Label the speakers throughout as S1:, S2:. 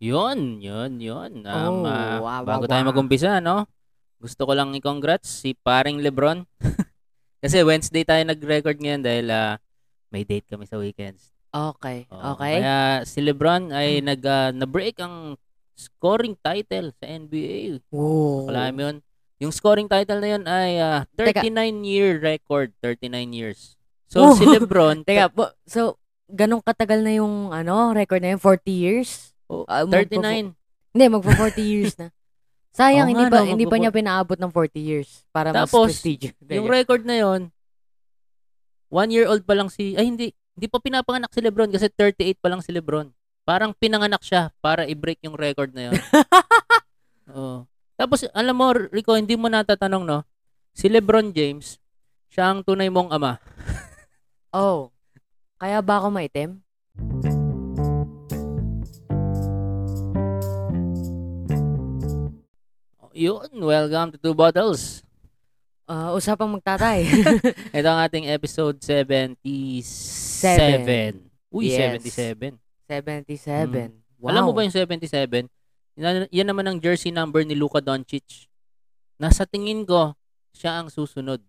S1: Yun, yun, yun. Um,
S2: Oh,
S1: ah,
S2: wow,
S1: bago
S2: wow,
S1: tayo
S2: wow.
S1: mag-umpisa, no? Gusto ko lang i-congrats si paring Lebron. Kasi Wednesday tayo nag-record ngayon dahil ah, may date kami sa weekends.
S2: Okay,
S1: Oo,
S2: okay. Hmm.
S1: Kaya si Lebron ay nag, ah, na-break ang scoring title sa NBA.
S2: Wow.
S1: Wala mo yun. Yung scoring title na yun ay ah,
S2: Oh. Teka.
S1: 39-year record. 39 years. So, si
S2: Wow.
S1: Lebron,
S2: Teka, po, so, ganong katagal na yung ano, record na yun? 40 years?
S1: Oh,
S2: Ah, magpo-
S1: 39.
S2: Hindi, magpo 40 years na. Sayang,
S1: Oo
S2: hindi,
S1: nga,
S2: pa,
S1: no,
S2: hindi pa
S1: magpo-
S2: niya pinaabot ng 40 years para
S1: Tapos,
S2: mas prestige.
S1: Yung record na yon, one year old pa lang si, ay hindi, hindi pa pinapanganak si Lebron kasi 38 pa lang si Lebron. Parang pinanganak siya para i-break yung record na yon. Oo. Tapos, alam mo, Rico, hindi mo natatanong, no? Si Lebron James, siya ang tunay mong ama.
S2: oh. Kaya ba ako maitim?
S1: Yun, welcome to Two Bottles.
S2: Ah, usapang magtatay.
S1: Ito ang ating episode 77. Uy,
S2: Yes.
S1: 77.
S2: 77.
S1: Mm.
S2: Wow.
S1: Alam mo ba yung 77? Yan, yan naman ang jersey number ni Luka Doncic. Nasa tingin ko, siya ang susunod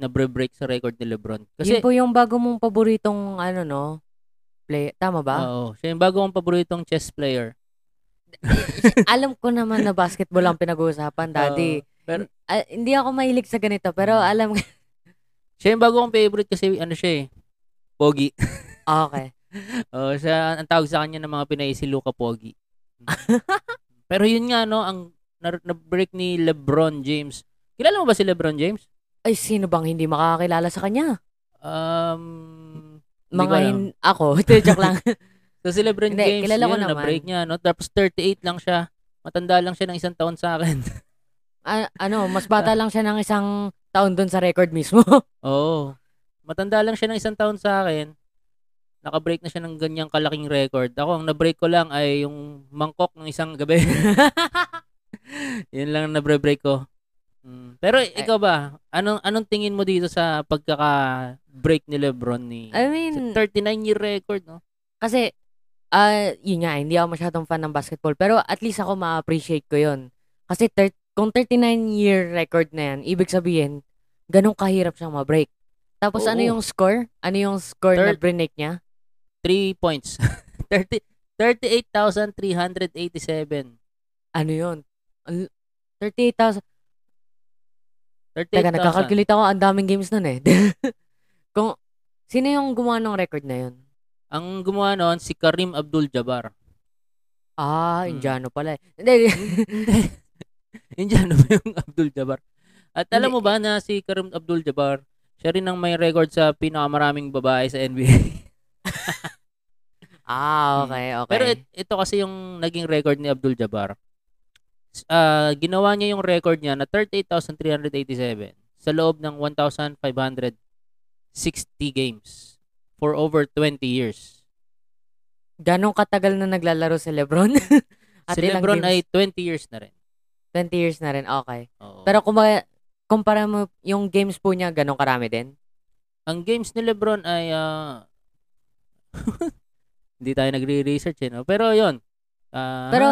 S1: na break sa record ni Lebron. Kasi,
S2: Yun po yung bago mong paboritong, ano, no? Play. Tama ba?
S1: oo, siya yung bago kong paboritong chess player.
S2: Alam ko naman na basketball ang pinag-uusapan, daddy.
S1: Oo. Hmm. pero-
S2: Ah, hindi ako mahilig sa ganito, pero alam
S1: siya yung bago kong favorite kasi ano siya eh, Pogi.
S2: Okay.
S1: Oo, siya, ang tawag sa kanya ng mga Pinay si Luka Pogi. Pero yun nga, no, ang na- na-break ni Lebron James. Kilala mo ba si Lebron James?
S2: Ay, sino bang hindi makakakilala sa kanya?
S1: Um, Hindi ko
S2: Mga
S1: alam.
S2: hin- ako. Hindi, joke lang.
S1: So si LeBron
S2: Hindi,
S1: James,
S2: kilala ko
S1: yun,
S2: naman.
S1: na-break niya, no? Tapos 38 lang siya. Matanda lang siya ng isang taon sa akin.
S2: A- ano, mas
S1: Ah.
S2: bata lang siya ng isang taon dun sa record mismo.
S1: Oo. Matanda lang siya ng isang taon sa akin. Nakabreak na siya ng ganyang kalaking record. Ako, ang na-break ko lang ay yung mangkok ng isang gabi. Yun lang ang nabre-break ko. Mm. Pero ikaw ba, anong, anong tingin mo dito sa pagkaka-break ni Lebron ni...
S2: I mean-
S1: 39-year record, no?
S2: Kasi, ah, yun nga, hindi ako masyadong fan ng basketball. Pero at least ako ma-appreciate ko yun. Kasi thir- kung 39-year record na yan, ibig sabihin, ganun kahirap siyang ma-break. Tapos ano
S1: Oo.
S2: yung score? Ano yung score na
S1: Third-
S2: break niya?
S1: 3 points. 30, 38,387.
S2: Ano yun? Al- 38,000.
S1: 38,000.
S2: Teka, nagkakalculate ako. Ang daming games nun eh. Kung, sino yung gumawa ng record na yun?
S1: Ang gumawa noon, si Karim Abdul-Jabbar.
S2: Ah,
S1: Mm.
S2: Indiano pala eh. Hindi,
S1: Yun dyan, ano ba yung Abdul-Jabbar? At alam
S2: Hindi.
S1: mo ba na si Karim Abdul-Jabbar, siya rin ang may record sa pinakamaraming babae sa NBA.
S2: ah, okay,
S1: Hmm.
S2: okay.
S1: Pero it- ito kasi yung naging record ni Abdul-Jabbar. S- ah, ginawa niya yung record niya na 38,387 sa loob ng 1,560 games for over 20 years.
S2: Ganong katagal na naglalaro si Lebron? At
S1: si
S2: ilang
S1: Lebron ay 20
S2: games?
S1: years na rin.
S2: 20 years na rin, okay.
S1: Oo.
S2: Pero kung kumpara mo yung games po niya, ganong karami din?
S1: ang games ni LeBron ay ah, hindi tayo nagre-research eh, no? Pero 'yon. Ah,
S2: Pero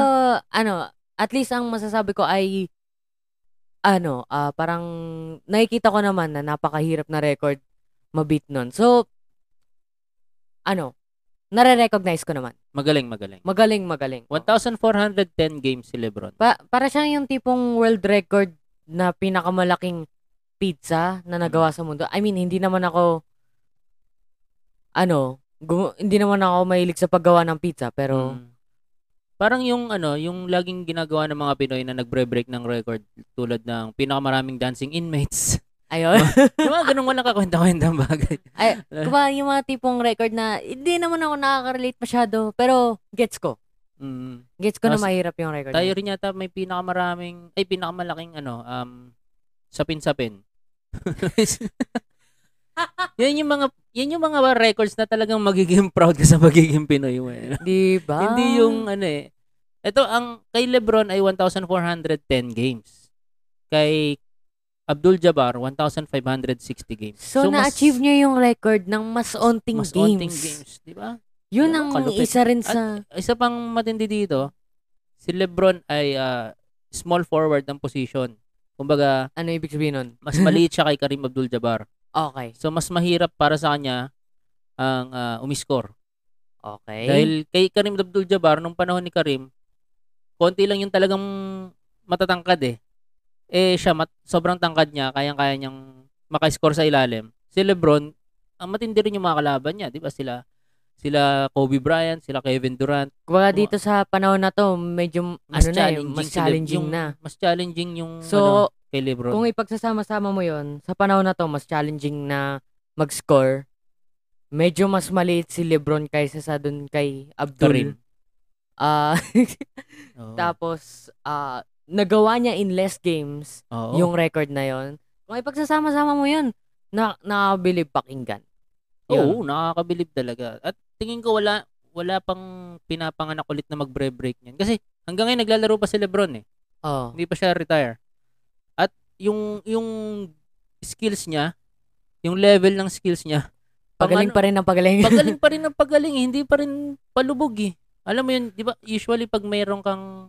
S2: ano, at least ang masasabi ko ay ano, ah, parang nakikita ko naman na napakahirap na record mabit nun. So, ano, nare-recognize ko naman.
S1: magaling, magaling.
S2: Magaling, magaling.
S1: 1410 games si LeBron.
S2: Pa- para siyang yung tipong world record na pinakamalaking pizza na nagawa sa mundo. I mean, hindi naman ako ano, gu- hindi naman ako mahilig sa paggawa ng pizza, pero
S1: Mm. Parang yung ano, yung laging ginagawa ng mga Pinoy na nagbre-break ng record tulad ng pinakamaraming dancing inmates.
S2: ayun.
S1: yung mga ganung walang kakwenta-kwentang bagay.
S2: Ay,
S1: Eh.
S2: Kumbaga, Diba, yung mga tipong record na hindi naman ako nakaka-relate masyado, pero gets ko.
S1: Mm.
S2: Gets ko na
S1: Tapos,
S2: mahirap yung record.
S1: Tayo
S2: na yun.
S1: rin yata may pinakamaraming ay pinakamalaking ano, um sapin-sapin. yan yung mga yan yung mga records na talagang magiging proud ka sa pagiging Pinoy mo. eh.
S2: Di ba?
S1: Hindi yung ano eh. Ito ang kay LeBron ay 1410 games. Kay Abdul Jabbar 1560 games.
S2: So, na-achieve
S1: niya
S2: niya yung record ng mas onting
S1: mas
S2: games.
S1: onting games, di ba?
S2: Yun
S1: Oo,
S2: ang
S1: kalupit.
S2: isa rin
S1: At-
S2: sa...
S1: Isa pang matindi dito, si LeBron ay ah, small forward ng position. Kumbaga,
S2: Ano ibig sabihin nun?
S1: mas maliit siya kay Karim Abdul-Jabbar.
S2: Okay.
S1: So, mas mahirap para sa kanya ang ah, umiscore.
S2: Okay.
S1: Dahil kay Karim Abdul-Jabbar, nung panahon ni Karim, konti lang yung talagang matatangkad eh. Eh, siya, mat- sobrang tangkad niya, kayang-kaya niyang makascore sa ilalim. Si Lebron, ang matindi rin yung mga kalaban niya, di ba? Sila, sila Kobe Bryant, sila Kevin Durant,
S2: Kumbaga dito sa panahon na to, medyo
S1: mas
S2: ano na eh,
S1: challenging,
S2: mas
S1: si Leb-
S2: challenging
S1: yung,
S2: na.
S1: Mas challenging yung ano,
S2: So,
S1: kay Lebron.
S2: kung ipagsasama-sama mo yon sa panahon na to, mas challenging na mag-score. Medyo mas maliit si Lebron kaysa sa dun kay Abdul.
S1: Karim. Oh.
S2: Ah,
S1: Oo.
S2: tapos, ah, nagawa niya in less games
S1: Oo.
S2: yung record na yon Kung ipagsasama-sama mo yun, na nakabilib pakinggan.
S1: Oo, nakakabilib talaga. At tingin ko wala wala pang pinapanganak ulit na magbre-break niyan. Kasi hanggang ngayon naglalaro pa si LeBron eh.
S2: Oh.
S1: Hindi pa siya retire. At yung yung skills niya, yung level ng skills niya, pang
S2: Pagaling
S1: ano-
S2: pa rin ang pagaling.
S1: pagaling pa rin ang pagaling, eh. hindi pa rin palubog eh. Alam mo yun, di ba, usually pag mayroon kang,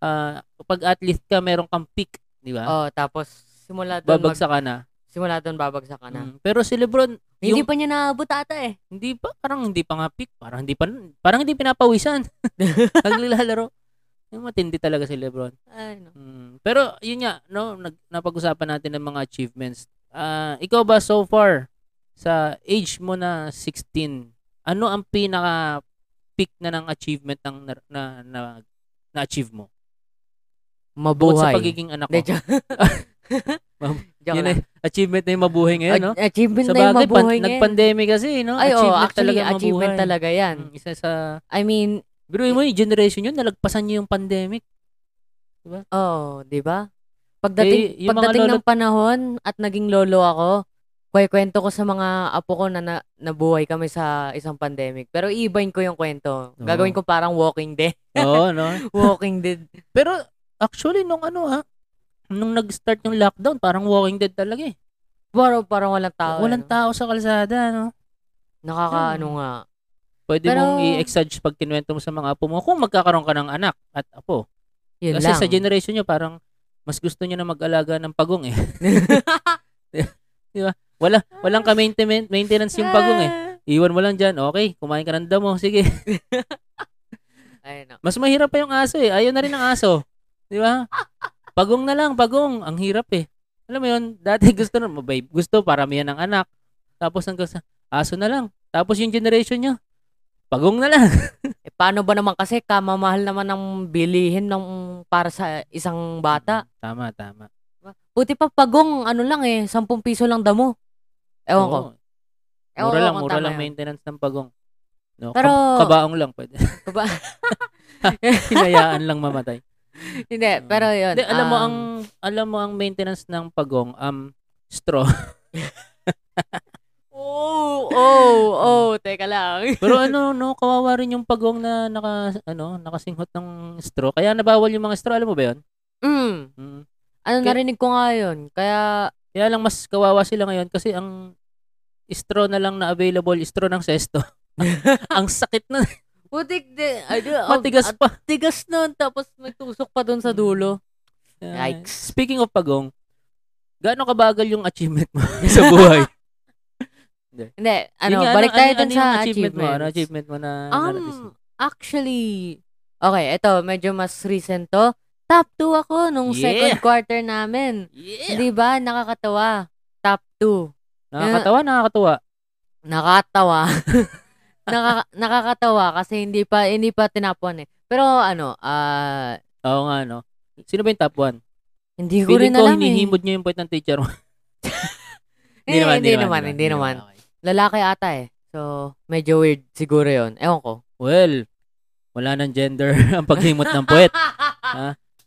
S1: ah, pag athlete ka, mayroon kang peak, di ba?
S2: oh, tapos simula doon
S1: Babagsak ka na.
S2: mag- simula doon babagsak ka na.
S1: Mm. Pero si Lebron,
S2: Hindi
S1: yung-
S2: pa niya naabot ata eh.
S1: hindi pa, parang hindi pa nga peak, parang hindi pa, parang hindi pinapawisan. Naglalaro. Yung matindi talaga si Lebron.
S2: Ano?
S1: Mm. Pero, yun nga, no, nag, napag-usapan natin ng mga achievements. Ah, ikaw ba so far, sa age mo na 16, ano ang pinaka peak na ng achievement ng na, na, na, achieve mo? Bukod
S2: Mabuhay.
S1: sa pagiging anak
S2: Hindi,
S1: ko.
S2: joke- joke
S1: Oh. Yun na-
S2: lang.
S1: achievement na yung mabuhay ngayon, no?
S2: A-
S1: Sa
S2: Achievement na yung
S1: bagay, pan-
S2: mabuhay ngayon.
S1: nag-pandemic kasi, no?
S2: Ay, oo, actually,
S1: ang
S2: achievement
S1: mabuhay.
S2: talaga yan.
S1: Mm, isa sa
S2: I mean,
S1: Biruin mo yung generation yun, nalagpasan niyo yung pandemic.
S2: oh, di ba? Pagdating,
S1: Eh, yung mga
S2: pagdating
S1: lolo-
S2: ng panahon at naging lolo ako, kwento ko sa mga apo ko na, na nabuhay kami sa isang pandemic. Pero iibahin ko yung kwento.
S1: Oo.
S2: Gagawin ko parang walking dead.
S1: Oo, no?
S2: walking dead.
S1: Pero actually, nung ano ha, nung nag-start yung lockdown, parang walking dead talaga eh.
S2: Parang, parang walang tao.
S1: Walang
S2: ano?
S1: tao sa kalsada, no?
S2: Nakakaano
S1: Hmm.
S2: nga.
S1: Pwede
S2: Pero-
S1: mong i-exage pag kinuwento mo sa mga apo mo kung magkakaroon ka ng anak at apo.
S2: Yun
S1: Kasi
S2: lang.
S1: sa generation nyo, parang mas gusto nyo na mag-alaga ng pagong eh. Wala, walang ka-maintenance maintenance yung pagong eh.
S2: Ah.
S1: Iwan mo lang dyan, okay, kumain ka ng damo, sige.
S2: Ayun, no.
S1: Mas mahirap pa yung aso eh. Ayaw na rin ng aso. Di ba? Pagong na lang, pagong. Ang hirap eh. Alam mo yun, dati gusto na, mabay, gusto paramihan ng anak. Tapos hanggang sa, aso na lang. Tapos yung generation nyo, pagong na lang.
S2: Eh, paano ba naman kasi kamamahal naman ng bilihin ng para sa isang bata.
S1: Tama, tama.
S2: Buti pa pagong ano lang eh, 10 piso lang damo. Ewan ko.
S1: Oo.
S2: Ewan
S1: Mura
S2: ko
S1: lang,
S2: kung
S1: mura
S2: tama
S1: lang
S2: yun.
S1: maintenance ng pagong. No,
S2: Pero-
S1: kab- kabaong lang pwede.
S2: Kaba-
S1: Hinayaan lang mamatay.
S2: Hindi,
S1: Oo.
S2: pero
S1: mm.
S2: yun.
S1: Hindi, alam mo
S2: um,
S1: ang alam mo ang maintenance ng pagong um straw.
S2: Oh, oh, oh, teka lang.
S1: Mm. Pero ano, no, kawawa rin yung pagong na naka, ano, nakasinghot ng straw. Kaya nabawal yung mga straw, alam mo ba yun?
S2: Mm,
S1: Mm.
S2: ano
S1: Kaya-
S2: narinig ko nga yun. Kaya,
S1: Kaya lang mas kawawa sila ngayon kasi ang straw na lang na available, is straw ng sesto. ang sakit na,
S2: putik de, ano, ang-
S1: matigas
S2: ang
S1: pa.
S2: tigas nun, tapos may tusok pa dun sa dulo.
S1: Yeah.
S2: Yikes.
S1: Speaking of pagong, gaano kabagal yung achievement mo sa buhay?
S2: Hindi, ano,
S1: Yun nga,
S2: balik tayo
S1: ano-
S2: dun
S1: ano
S2: sa
S1: yung
S2: achievement.
S1: mo? Ano achievement mo na narating
S2: Um, actually, okay, ito, medyo mas recent to. Top 2 ako nung
S1: Yeah.
S2: second quarter namin.
S1: Yeah.
S2: Di ba? Nakakatawa. Top 2.
S1: Nakakatawa, nakakatawa.
S2: Nakakatawa. Nakaka- nakakatawa kasi hindi pa hindi pa tinapon eh. Pero ano, ah
S1: Oo nga, no? Sino ba yung top 1?
S2: hindi ko
S1: Feeling
S2: rin
S1: ko
S2: alam eh.
S1: hinihimod niyo yung point ng teacher mo.
S2: Eh, hindi naman, hindi naman. Lalaki ata eh. So, medyo weird siguro yon Ewan ko.
S1: Well, wala ng gender ang paghimot ng puwet.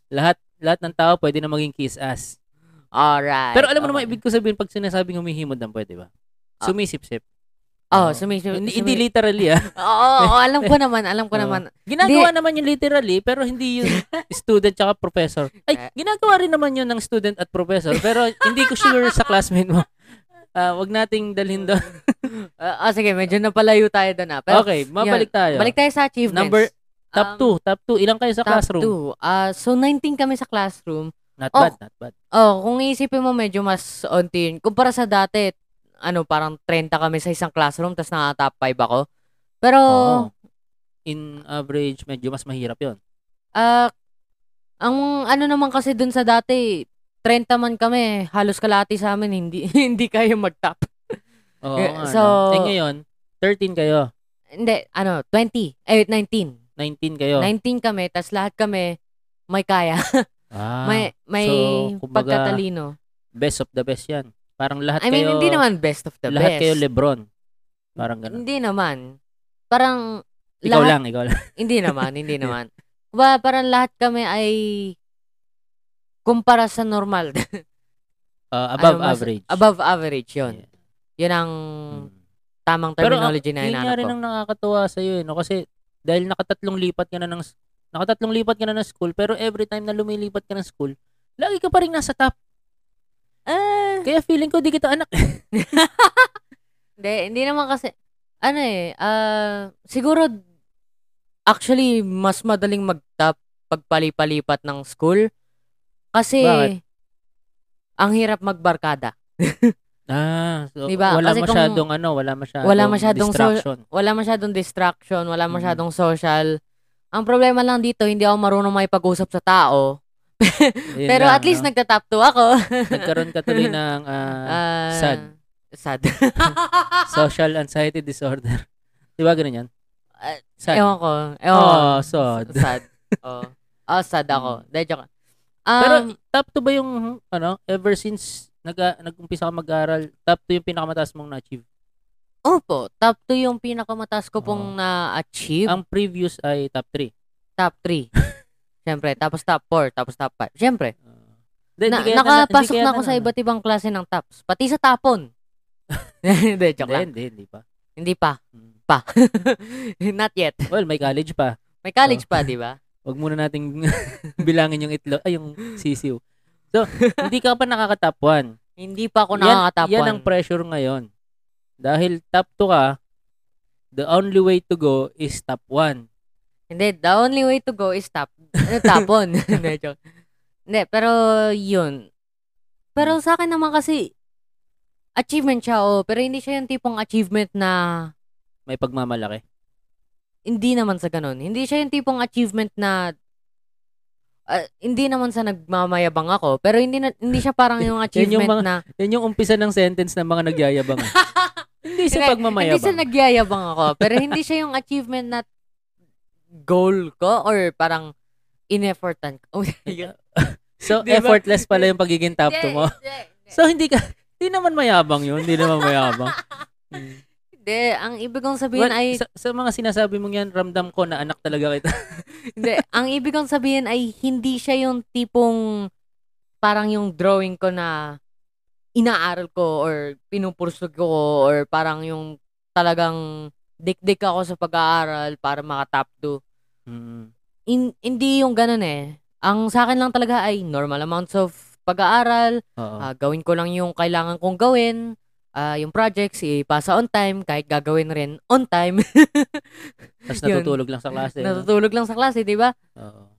S1: Lahat lahat ng tao pwede na maging kiss ass.
S2: Alright.
S1: Pero alam mo naman,
S2: okay.
S1: ibig ko sabihin pag sinasabing humihimod ng puwet, di ba?
S2: Ah.
S1: Sumisip-sip. Oo.
S2: Oh, sumisip.
S1: Hindi, hindi literally, ah.
S2: Oo, oo, oo, alam ko naman, alam ko
S1: Oo.
S2: naman.
S1: Ginagawa naman yung literally, pero hindi yung student tsaka professor. Ay, ginagawa rin naman yun ng student at professor, pero hindi ko sure sa classmate mo. Ah, wag nating dalhin doon.
S2: Ah, ah, sige, medyo napalayo tayo doon ah. Pero
S1: Okay, mabalik tayo.
S2: balik tayo sa achievements.
S1: Number- Top
S2: Ang
S1: 2, top 2. Ilang kayo sa
S2: top
S1: classroom?
S2: two. Ah, so 19 kami sa classroom.
S1: Not
S2: Oh.
S1: bad, not bad.
S2: Oh, kung iisipin mo medyo mas onti yun. Kumpara sa dati, ano, parang 30 kami sa isang classroom tapos naka top 5 ako. Pero
S1: Oo. In average, medyo mas mahirap yon.
S2: Ah, ang ano naman kasi dun sa dati, 30 man kami, halos kalahati sa amin, hindi, hindi kaya mag-top.
S1: Oo,
S2: Eh,
S1: nga,
S2: so-
S1: no? Eh ngayon, 13 kayo,
S2: Hindi, ano, 20, eh, 19.
S1: 19 kayo.
S2: 19 kami, tas lahat kami, may kaya.
S1: Ah,
S2: may may
S1: so, kumbaga,
S2: pagkatalino.
S1: best of the best yan. Parang lahat
S2: I mean,
S1: kayo,
S2: hindi naman best of the
S1: lahat
S2: best.
S1: kayo Lebron. Parang ganun.
S2: Hindi naman. Parang,
S1: Ikaw
S2: lahat,
S1: lang, ikaw lang.
S2: hindi naman, hindi naman. Ba, parang lahat kami ay kumpara sa normal.
S1: Uh, above
S2: Ano, mas-
S1: average.
S2: Above average yon.
S1: Yeah.
S2: Yun ang
S1: Mm.
S2: tamang
S1: Pero ang-
S2: terminology na
S1: Yun nga
S2: hinahanap
S1: rin
S2: ko.
S1: ang nakakatuwa sa iyo, no? Kasi dahil nakatatlong lipat ka na ng nakatatlong lipat ka na ng school, pero every time na lumilipat ka ng school, lagi ka pa rin nasa top.
S2: Ah,
S1: Kaya feeling ko di kita anak. eh.
S2: hindi, hindi naman kasi, ano eh, ah, siguro, actually, mas madaling mag-top pagpalipalipat ng school. Kasi,
S1: Bakit?
S2: ang hirap magbarkada.
S1: Ah, so
S2: Diba?
S1: wala
S2: Kasi kung-
S1: masyadong ano, wala masyadong,
S2: Wala masyadong so-
S1: distraction.
S2: Wala masyadong distraction, wala
S1: Mm.
S2: masyadong social. Ang problema lang dito, hindi ako marunong may pag-usap sa tao.
S1: Yun
S2: Pero
S1: lang,
S2: at least
S1: no?
S2: nagtatap to ako.
S1: nagkaroon ka tuloy ng ah,
S2: Ah,
S1: sad.
S2: Sad.
S1: social anxiety disorder. Di ba ganun yan?
S2: Ah,
S1: Sad.
S2: Ewan ko. Ewan ko.
S1: Oh, sad. Hmm.
S2: Sad. Oh. oh, sad ako. Dahil joke. lang. Um,
S1: Pero top 2 ba yung ano, ever since nag nag-umpisa ka mag-aral, top 2 yung pinakamataas mong na-achieve?
S2: opo, top 2 yung pinakamataas ko
S1: Oo.
S2: pong na-achieve.
S1: Oh. Ang previous ay top 3.
S2: top 3. Siyempre, tapos top 4, tapos top 5. Siyempre,
S1: Uh, Hindi,
S2: na,
S1: hindi kaya hindi
S2: nakapasok
S1: kaya
S2: na ako sa
S1: ano.
S2: iba't ibang klase ng tops. Pati sa tapon. Hindi,
S1: Hindi,
S2: joke lang.
S1: hindi, hindi pa.
S2: Hindi pa.
S1: Mm.
S2: Pa. Not yet.
S1: Well, may college pa.
S2: May college pa, di ba?
S1: Huwag muna nating bilangin yung itlo, ay yung sisiw. So, hindi ka pa nakaka-top 1.
S2: Hindi pa ako
S1: Yan-
S2: nakakatapon.
S1: Yan ang pressure ngayon. Dahil top 2 ka, the only way to go is top 1.
S2: Hindi, the only way to go is tap. Ano, tapon. Hindi, joke. Hindi, pero yun.
S1: Hmm.
S2: Pero sa akin naman kasi, achievement siya, oh. Pero hindi siya yung tipong achievement na,
S1: May pagmamalaki.
S2: hindi naman sa ganun. Hindi siya yung tipong achievement na, ah, hindi naman sa nagmamayabang ako. Pero hindi, na, hindi siya parang yung achievement
S1: mga-
S2: na,
S1: Yan yung umpisa ng sentence ng mga nagyayabang. eh. hindi sa
S2: hindi sa
S1: pagmamayabang.
S2: nagyayabang ako. pero hindi siya yung achievement na goal ko or parang ineffortan ko. Yun.
S1: so,
S2: Di ba?
S1: effortless pala yung pagiging top 2 mo.
S2: Hindi, hindi.
S1: So, hindi ka, hindi naman mayabang yun. Hindi naman mayabang. Mm.
S2: Hindi, ang ibig kong sabihin
S1: Well,
S2: ay
S1: sa, sa mga sinasabi mong yan, ramdam ko na anak talaga kita.
S2: hindi, ang ibig kong sabihin ay hindi siya yung tipong parang yung drawing ko na inaaral ko or pinupursog ko or parang yung talagang dikdik ako sa pag-aaral para makatap
S1: Hmm.
S2: 2. In, hindi yung ganun eh. Ang sa akin lang talaga ay normal amounts of pag-aaral,
S1: Oo.
S2: ah, gawin ko lang yung kailangan kong gawin, ah, yung projects, ipasa on time, kahit gagawin rin on time.
S1: Tapos
S2: yun.
S1: natutulog lang sa klase. no?
S2: Natutulog lang sa klase, di ba?
S1: Oo.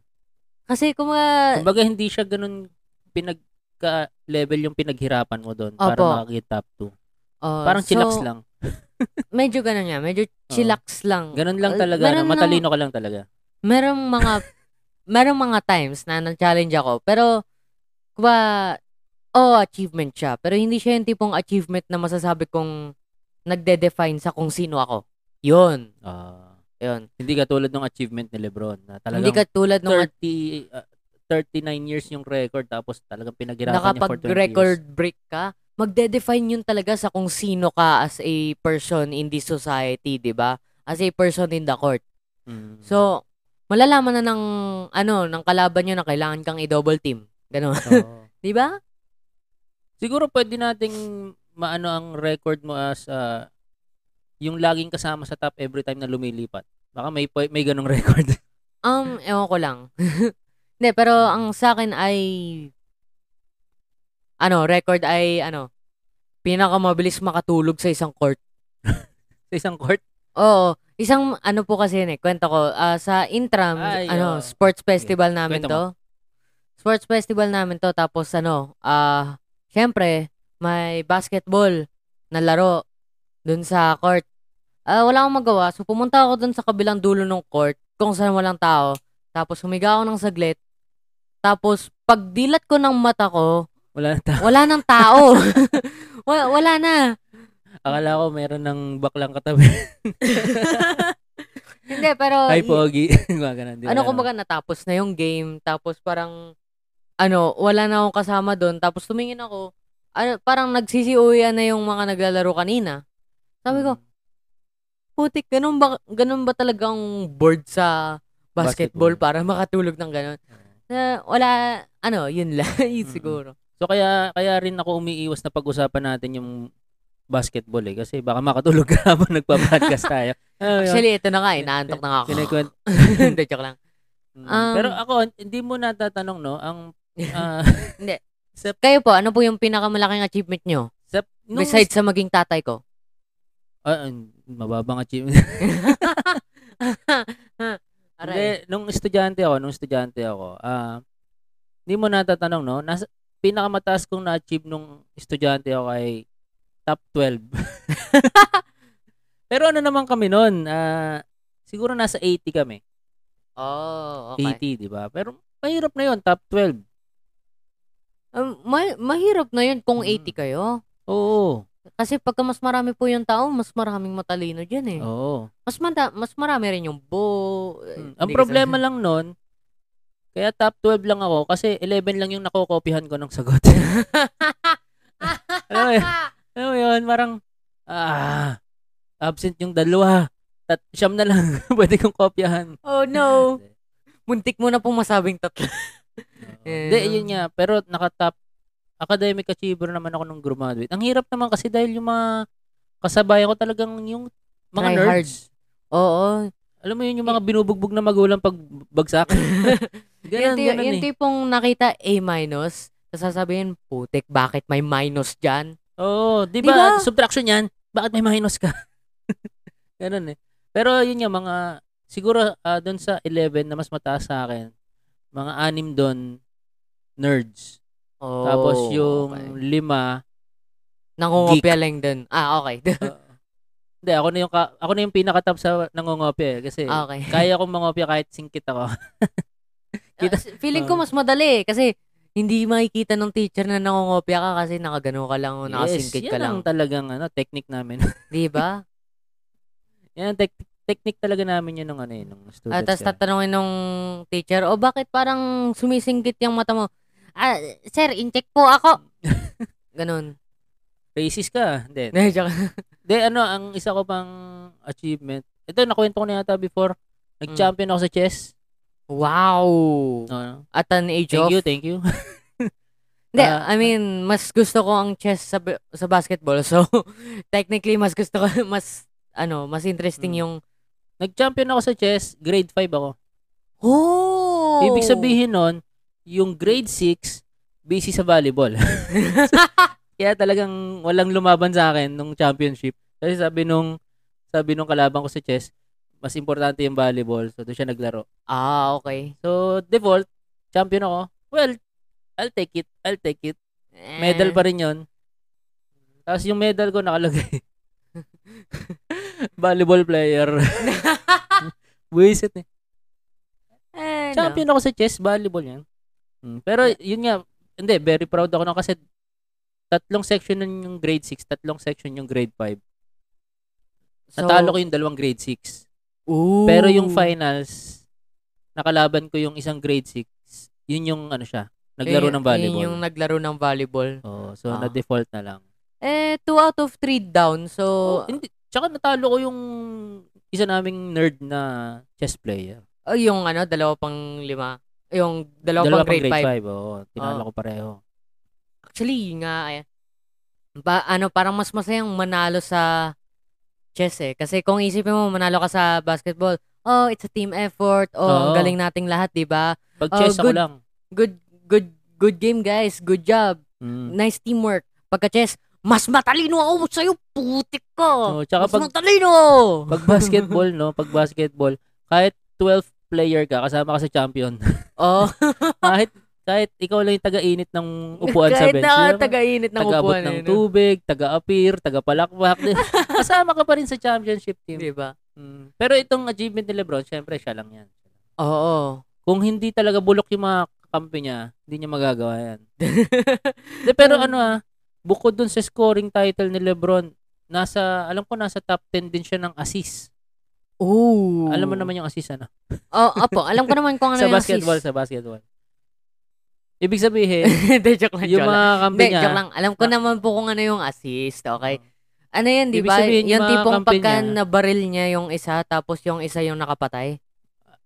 S2: Kasi kung ah,
S1: Kumbaga, hindi siya ganun pinagka-level yung pinaghirapan mo doon para
S2: Opo.
S1: makakita top 2.
S2: oh,
S1: Parang
S2: so,
S1: chillax lang. Oh.
S2: Medyo ganun niya, medyo chillax lang.
S1: Ganun lang
S2: Uh,
S1: talaga.
S2: meron
S1: ano,
S2: lang-
S1: matalino ka lang talaga.
S2: merong mga merong mga times na na-challenge ako, pero kuba oh, achievement siya, pero hindi siya yung tipong achievement na masasabi kong nagde-define sa kung sino ako. 'Yun.
S1: Ah.
S2: 'Yun.
S1: hindi ka tulad ng achievement ni Lebron na talagang
S2: hindi ka tulad nung
S1: 30, ah, 39 years yung record tapos talagang pinaghirapan niya for 20 years.
S2: nakapag-record break ka. Magde-define 'yun talaga sa kung sino ka as a person in this society, 'di ba? As a person in the court.
S1: Mm.
S2: So, malalaman na ng ano, ng kalaban nyo na kailangan kang i-double team. Ganon.
S1: Oo.
S2: 'Di ba?
S1: Siguro pwede nating maano ang record mo as ah, yung laging kasama sa top every time na lumilipat. Baka may pwe- may ganong record.
S2: Um, ewan ko lang. Hindi, pero ang sa akin ay ano, record ay ano, pinakamabilis makatulog sa isang court.
S1: sa isang court.
S2: Oo. Isang ano po kasi yun eh, kwento ko, ah, sa Intram,
S1: Ay,
S2: ano,
S1: oo.
S2: sports festival namin
S1: kwento
S2: to. Sports festival namin to, tapos ano, ah, syempre, may basketball na laro dun sa court. Ah, wala akong magawa, so pumunta ako dun sa kabilang dulo ng court, kung saan walang tao, tapos humiga ako ng saglit, tapos pagdilat ko ng mata ko,
S1: Wala na tao.
S2: wala nang tao. wala, wala na.
S1: Akala ko meron ng baklang katabi.
S2: Hindi, pero...
S1: Ay,
S2: y-
S1: pogi. Mga ganun. di
S2: ano
S1: wala
S2: kumbaga natapos na yung game tapos parang ano wala na akong kasama doon tapos tumingin ako ano, parang nagsisiuyan na yung mga naglalaro kanina
S1: naman.
S2: sabi ko putik ganun ba ganun ba talagang bored sa basketball,
S1: Basketball. Mm.
S2: para makatulog ng ganun na wala ano yun lang yun
S1: Mm-mm.
S2: siguro
S1: Mm. So kaya kaya rin ako umiiwas na pag-usapan natin yung basketball eh kasi baka makatulog ka habang nagpa-podcast tayo. Ah, yun.
S2: actually ito na nga inaantok na nga ako
S1: Kinikwent-
S2: hindi joke lang
S1: Mm.
S2: Um,
S1: Pero ako hindi mo natatanong no ang ah,
S2: kayo po ano po yung pinakamalaking achievement nyo
S1: sa nung-
S2: besides sa maging tatay ko
S1: Ah, ang mababang achievement.
S2: Aray.
S1: Hindi, nung estudyante ako, nung estudyante ako, ah hindi mo natatanong no, nasa pinakamataas kong na-achieve nung estudyante ako ay top 12. Pero ano naman kami noon, ah siguro nasa 80 kami.
S2: oh okay
S1: 80, di ba? Pero mahirap na yon top 12.
S2: Um, ma- mahirap na yun kung
S1: Mm.
S2: 80 kayo.
S1: Oo.
S2: Kasi pagka mas marami po yung tao, mas maraming matalino dyan eh.
S1: Oo.
S2: Mas, manda- mas marami rin yung bo. eh,
S1: Oh. Mm.
S2: hindi
S1: Ang
S2: kasi-
S1: problema lang nun, kaya top 12 lang ako kasi 11 lang yung nakokopihan ko ng sagot. alam, mo yun, alam mo yun, parang, ah, absent yung dalawa. Tat, siyam na lang, pwede kong kopyahan.
S2: oh no. Muntik mo na pong masabing tatlo. Eh,
S1: Hindi,
S2: no.
S1: yun nga. Pero naka-top, academic achiever naman ako nung graduate. Ang hirap naman kasi dahil yung mga kasabayan ko talagang yung mga
S2: Try hard.
S1: nerds.
S2: Oo.
S1: Alam mo yun, yung mga binubugbog na magulang pag bagsak.
S2: yung,
S1: ganun,
S2: ti-
S1: ganun
S2: yung
S1: eh.
S2: tipong nakita A minus, tapos sasabihin, putik, bakit may minus dyan?
S1: Oo, di
S2: Di
S1: ba?
S2: ba?
S1: Subtraction yan. Bakit may minus ka? ganun eh. Pero yun nga, mga, siguro ah, doon sa 11 na mas mataas sa akin, mga anim doon, nerds.
S2: Oh,
S1: Tapos yung
S2: Okay.
S1: lima,
S2: Nangungopia lang dun. Ah, okay.
S1: ah, hindi, ako na yung, ka, ako na yung pinakatap sa nangungopya eh. Kasi
S2: Ah, okay.
S1: kaya kong mangopya kahit singkit ako. Kita-
S2: Ah, feeling ko
S1: Oo.
S2: mas madali eh, kasi hindi makikita ng teacher na nangongopya ka kasi nakagano ka lang o Oh, nakasingkit
S1: yes,
S2: ka
S1: yan
S2: lang.
S1: ang talagang ano, technique namin.
S2: Di ba?
S1: yan ang tec- technique talaga namin yun ng ano eh, ng students.
S2: At tapos
S1: eh.
S2: Ah, tatanungin nung teacher, o bakit parang sumisingkit yung mata mo? Ah, sir, incheck po ako. Ganun.
S1: Racist ka. Hindi.
S2: Hindi, joke.
S1: Hindi, ano, ang isa ko pang achievement. Ito, nakwento ko na yata before. Nag-champion ako sa chess.
S2: wow!
S1: No, no.
S2: At an age
S1: Ah. Thank
S2: of...
S1: you, thank you.
S2: Hindi,
S1: Ah,
S2: I mean, mas gusto ko ang chess sa, b- sa basketball. So, technically, mas gusto ko, mas, ano, mas
S1: Mm.
S2: interesting yung...
S1: Nag-champion ako sa chess, grade 5 ako.
S2: Oh!
S1: Ibig sabihin nun, yung grade 6, busy sa volleyball. Kaya talagang walang lumaban sa akin nung championship. Kasi sabi nung, sabi nung kalaban ko sa chess, mas importante yung volleyball. So, doon siya naglaro.
S2: ah, okay.
S1: So, default, champion ako. Well, I'll take it. I'll take it. Medal pa rin yun. Tapos yung medal ko nakalagay. Volleyball player. Buisit eh.
S2: Eh, no.
S1: Champion ako sa chess, volleyball yan. Mm, Pero yun nga, hindi, very proud ako na kasi tatlong section nun yung grade 6, tatlong section yung grade 5. Natalo ko yung dalawang grade 6.
S2: Ooh.
S1: Pero yung finals, nakalaban ko yung isang grade 6. Yun yung ano siya, naglaro
S2: Yun-
S1: ng volleyball.
S2: Yun yung naglaro ng volleyball.
S1: Oo, so
S2: Ah.
S1: na-default na lang.
S2: Eh, two out of three down. So,
S1: Oh, hindi. Tsaka natalo ko yung isa naming nerd na chess player.
S2: oh, yung ano, dalawa pang lima. Yung dalawa, pang grade, five. Ah.
S1: five, Oo, tinalo
S2: Oo.
S1: ko pareho.
S2: Actually, yun nga, eh, ba, ano, parang mas masayang manalo sa chess eh. Kasi kung isipin mo, manalo ka sa basketball, oh, it's a team effort. Oh, ang
S1: Oo.
S2: galing nating lahat, di ba?
S1: Pag
S2: Oh,
S1: chess ako
S2: good.
S1: lang.
S2: Good, good, good game, guys. Good job.
S1: Mm.
S2: Nice teamwork. Pagka-chess, mas matalino ako sa'yo, putik
S1: Oh,
S2: ko.
S1: tsaka
S2: mas
S1: pag-
S2: matalino!
S1: Pag basketball, no? Pag basketball, kahit 12 player ka, kasama ka sa champion.
S2: oh,
S1: kahit kahit ikaw lang yung taga-init ng upuan sa
S2: kahit
S1: bench.
S2: na
S1: Yun ang-
S2: taga-init ng
S1: taga-abot
S2: upuan.
S1: ng
S2: eh, no?
S1: tubig, taga-apir, taga-palakpak. Di- kasama ka pa rin sa championship team.
S2: Di ba?
S1: Mm. Pero itong achievement ni Lebron, syempre siya lang yan.
S2: Oo.
S1: Kung hindi talaga bulok yung mga kampi niya, hindi niya magagawa yan. Di, pero ano ah, bukod dun sa scoring title ni Lebron, nasa, alam ko nasa top 10 din siya ng assist.
S2: Oo.
S1: Alam mo naman yung assist, ano?
S2: Oo, Oh, apo. Alam ko naman kung ano
S1: sa
S2: yung
S1: basketball,
S2: assist.
S1: sa basketball. Ibig sabihin,
S2: Hindi, joke lang,
S1: yung
S2: joke lang.
S1: mga kampi
S2: Hindi,
S1: niya, Oh.
S2: joke lang. Alam ko
S1: Ah.
S2: naman po kung ano yung assist, okay? Ano yan, di
S1: Ibig
S2: ba?
S1: sabihin, yung
S2: Yung
S1: mga
S2: tipong
S1: kampi
S2: pagka
S1: niya-
S2: nabaril niya yung isa, tapos yung isa yung nakapatay?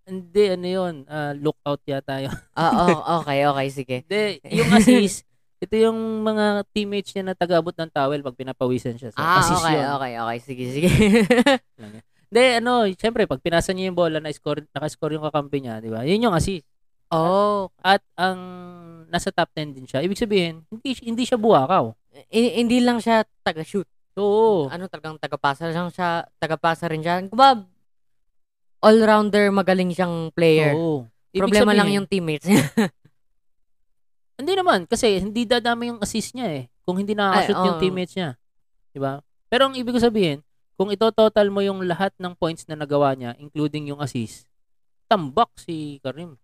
S1: hindi, ano yun, ah, lookout yata yun.
S2: Oo, okay, okay, sige.
S1: Hindi, yung assist, ito yung mga teammates niya na tagabot ng towel pag pinapawisan siya. So,
S2: ah,
S1: assist
S2: okay,
S1: yun.
S2: okay, okay. Sige, sige.
S1: Hindi, ano, syempre, pag pinasa niya yung bola, na-score, nakascore yung kakampi niya, di ba? Yun yung assist.
S2: oh,
S1: At ang nasa top 10 din siya. Ibig sabihin, hindi, siya- hindi siya buwakaw.
S2: hi- hindi lang siya taga-shoot.
S1: Oo.
S2: Ano talagang tagapasa lang siya, tagapasa rin siya. Kumbaga, all-rounder magaling siyang player.
S1: Oo. Oh, Ibig
S2: Problema lang
S1: sabihin-
S2: yung teammates niya.
S1: Hindi naman kasi hindi dadami yung assist niya eh kung hindi nakaka-shoot
S2: Ay,
S1: yung
S2: oo.
S1: teammates niya. 'Di ba? Pero ang ibig ko sabihin, kung ito total mo yung lahat ng points na nagawa niya including yung assist, tambak si Karim.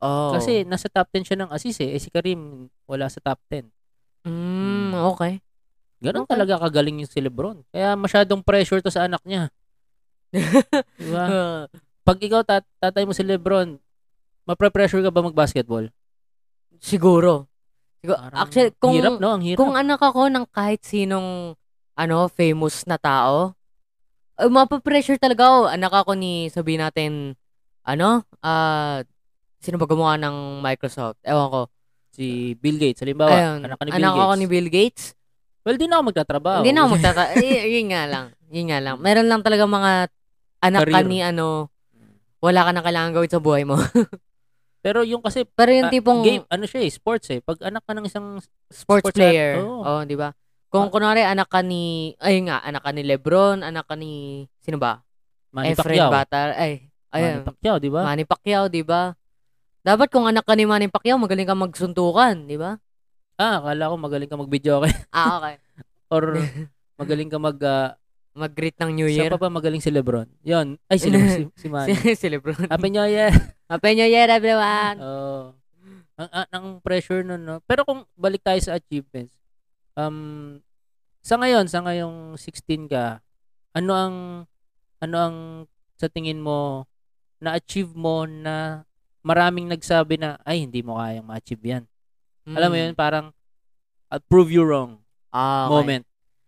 S2: oh.
S1: Kasi nasa top 10 siya ng assist eh, eh si Karim wala sa top 10.
S2: mm, okay.
S1: Ganun
S2: Okay.
S1: talaga kagaling yung si LeBron. Kaya masyadong pressure to sa anak niya. 'Di ba?
S2: Ah,
S1: Pag ikaw tat- tatay mo si LeBron, mapre-pressure ka ba mag-basketball?
S2: siguro. Siguro.
S1: Parang
S2: Actually, kung,
S1: hirap no, ang hirap.
S2: kung anak ako ng kahit sinong ano, famous na tao, uh, mapapressure talaga ako. Anak ako ni, sabihin natin, ano, ah, sino ba gumawa ng Microsoft? Ewan ko.
S1: si Bill Gates, halimbawa,
S2: Ayun,
S1: anak ka ni Bill
S2: ako
S1: Gates.
S2: ni Bill Gates.
S1: Well, di na ako magtatrabaho.
S2: Hindi na ako magtata... y- yun nga lang. Yun nga lang. Meron lang talaga mga anak ka
S1: Career.
S2: ni ano, wala ka na kailangan gawin sa buhay mo.
S1: Pero yung kasi,
S2: Pero yung
S1: ah,
S2: tipong
S1: game, ano siya eh, sports eh. Pag anak ka ng isang, sports
S2: sports,
S1: Ah.
S2: player.
S1: at- oo.
S2: Oh, di ba? Kung kunwari anak ka ni, ayun nga, anak ka ni Lebron, anak ka ni, sino ba?
S1: Manny
S2: Efren
S1: Pacquiao.
S2: Batar. Ay,
S1: Manny
S2: ayun.
S1: Pacquiao, di ba?
S2: Manny Pacquiao, di ba? Dapat kung anak ka ni Manny Pacquiao, magaling ka magsuntukan, di ba?
S1: Ah, akala ko magaling ka mag-video okay.
S2: Ah, okay.
S1: Or magaling ka mag, ah,
S2: Mag-greet ng New
S1: siya
S2: Year.
S1: pa ba magaling si Lebron? Yon. Ay, si, Lebron, si, si Manny.
S2: si, si Lebron.
S1: Happy New Year.
S2: Happy New Year, everyone!
S1: Oo. Ang, ang, ang pressure nun, no? Pero kung balik tayo sa achievements, um, sa ngayon, sa ngayong 16 ka, ano ang, ano ang sa tingin mo, na-achieve mo na maraming nagsabi na, ay, hindi mo kayang ma-achieve yan. Alam mo
S2: Mm.
S1: yun, parang, I'll prove you wrong
S2: Ah, okay.
S1: moment.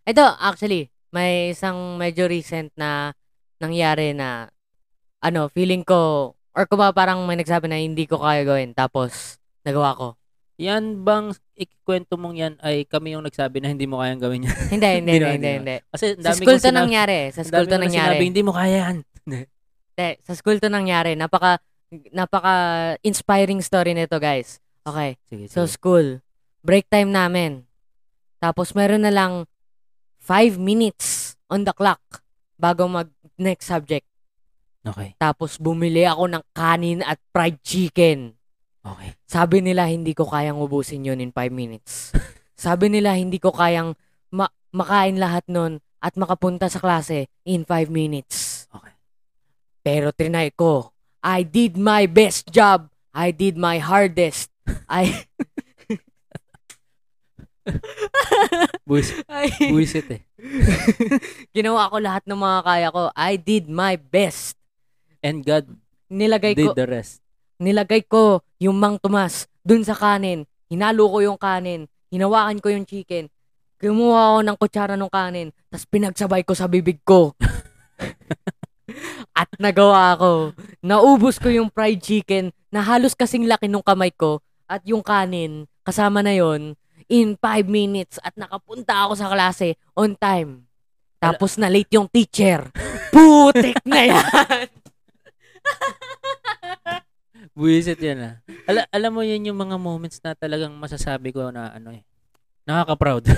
S2: Ito, actually, may isang medyo recent na nangyari na, ano, feeling ko, or kuma parang may nagsabi na hindi ko kaya gawin, tapos nagawa ko.
S1: Yan bang ikikwento mong yan ay kami yung nagsabi na hindi mo kayang gawin yan?
S2: Hindi, hindi,
S1: Hindi
S2: hindi,
S1: naman,
S2: hindi,
S1: hindi
S2: hindi.
S1: Kasi ang
S2: Sa
S1: dami
S2: school
S1: kong
S2: to
S1: sinabi,
S2: nangyari. Sa
S1: ang
S2: school
S1: dami
S2: to
S1: kong sinabi,
S2: nangyari.
S1: hindi mo kaya yan.
S2: Hindi, sa school to nangyari. Napaka, napaka inspiring story nito, guys. Okay.
S1: Sige,
S2: So,
S1: sige.
S2: school. Break time namin. Tapos, meron na lang 5 minutes on the clock bago mag next subject.
S1: okay,
S2: Tapos, bumili ako ng kanin at fried chicken.
S1: okay.
S2: Sabi nila, hindi ko kayang ubusin yun in 5 minutes. Sabi nila, hindi ko kayang ma- makain lahat nun at makapunta sa klase in 5 minutes.
S1: Okay.
S2: Pero trinay ko. I did my best job. I did my hardest. I...
S1: Buwis,
S2: I-
S1: buwisit eh.
S2: Ginawa ko lahat ng mga kaya ko. I did my best.
S1: And God
S2: Nilagay
S1: did
S2: ko,
S1: the rest.
S2: nilagay ko yung Mang Tomas dun sa kanin. Hinalo ko yung kanin. Hinawakan ko yung chicken. Kumuha ako ng kutsara ng kanin. Tapos pinagsabay ko sa bibig ko. At nagawa ko. Naubos ko yung fried chicken na halos kasing laki nung kamay ko at yung kanin kasama na yon in 5 minutes at nakapunta ako sa klase on time. Tapos na late yung teacher. Putik na yan!
S1: Buwisit yan ah. Ala- alam mo yun yung mga moments na talagang masasabi ko na ano eh. Nakaka-proud.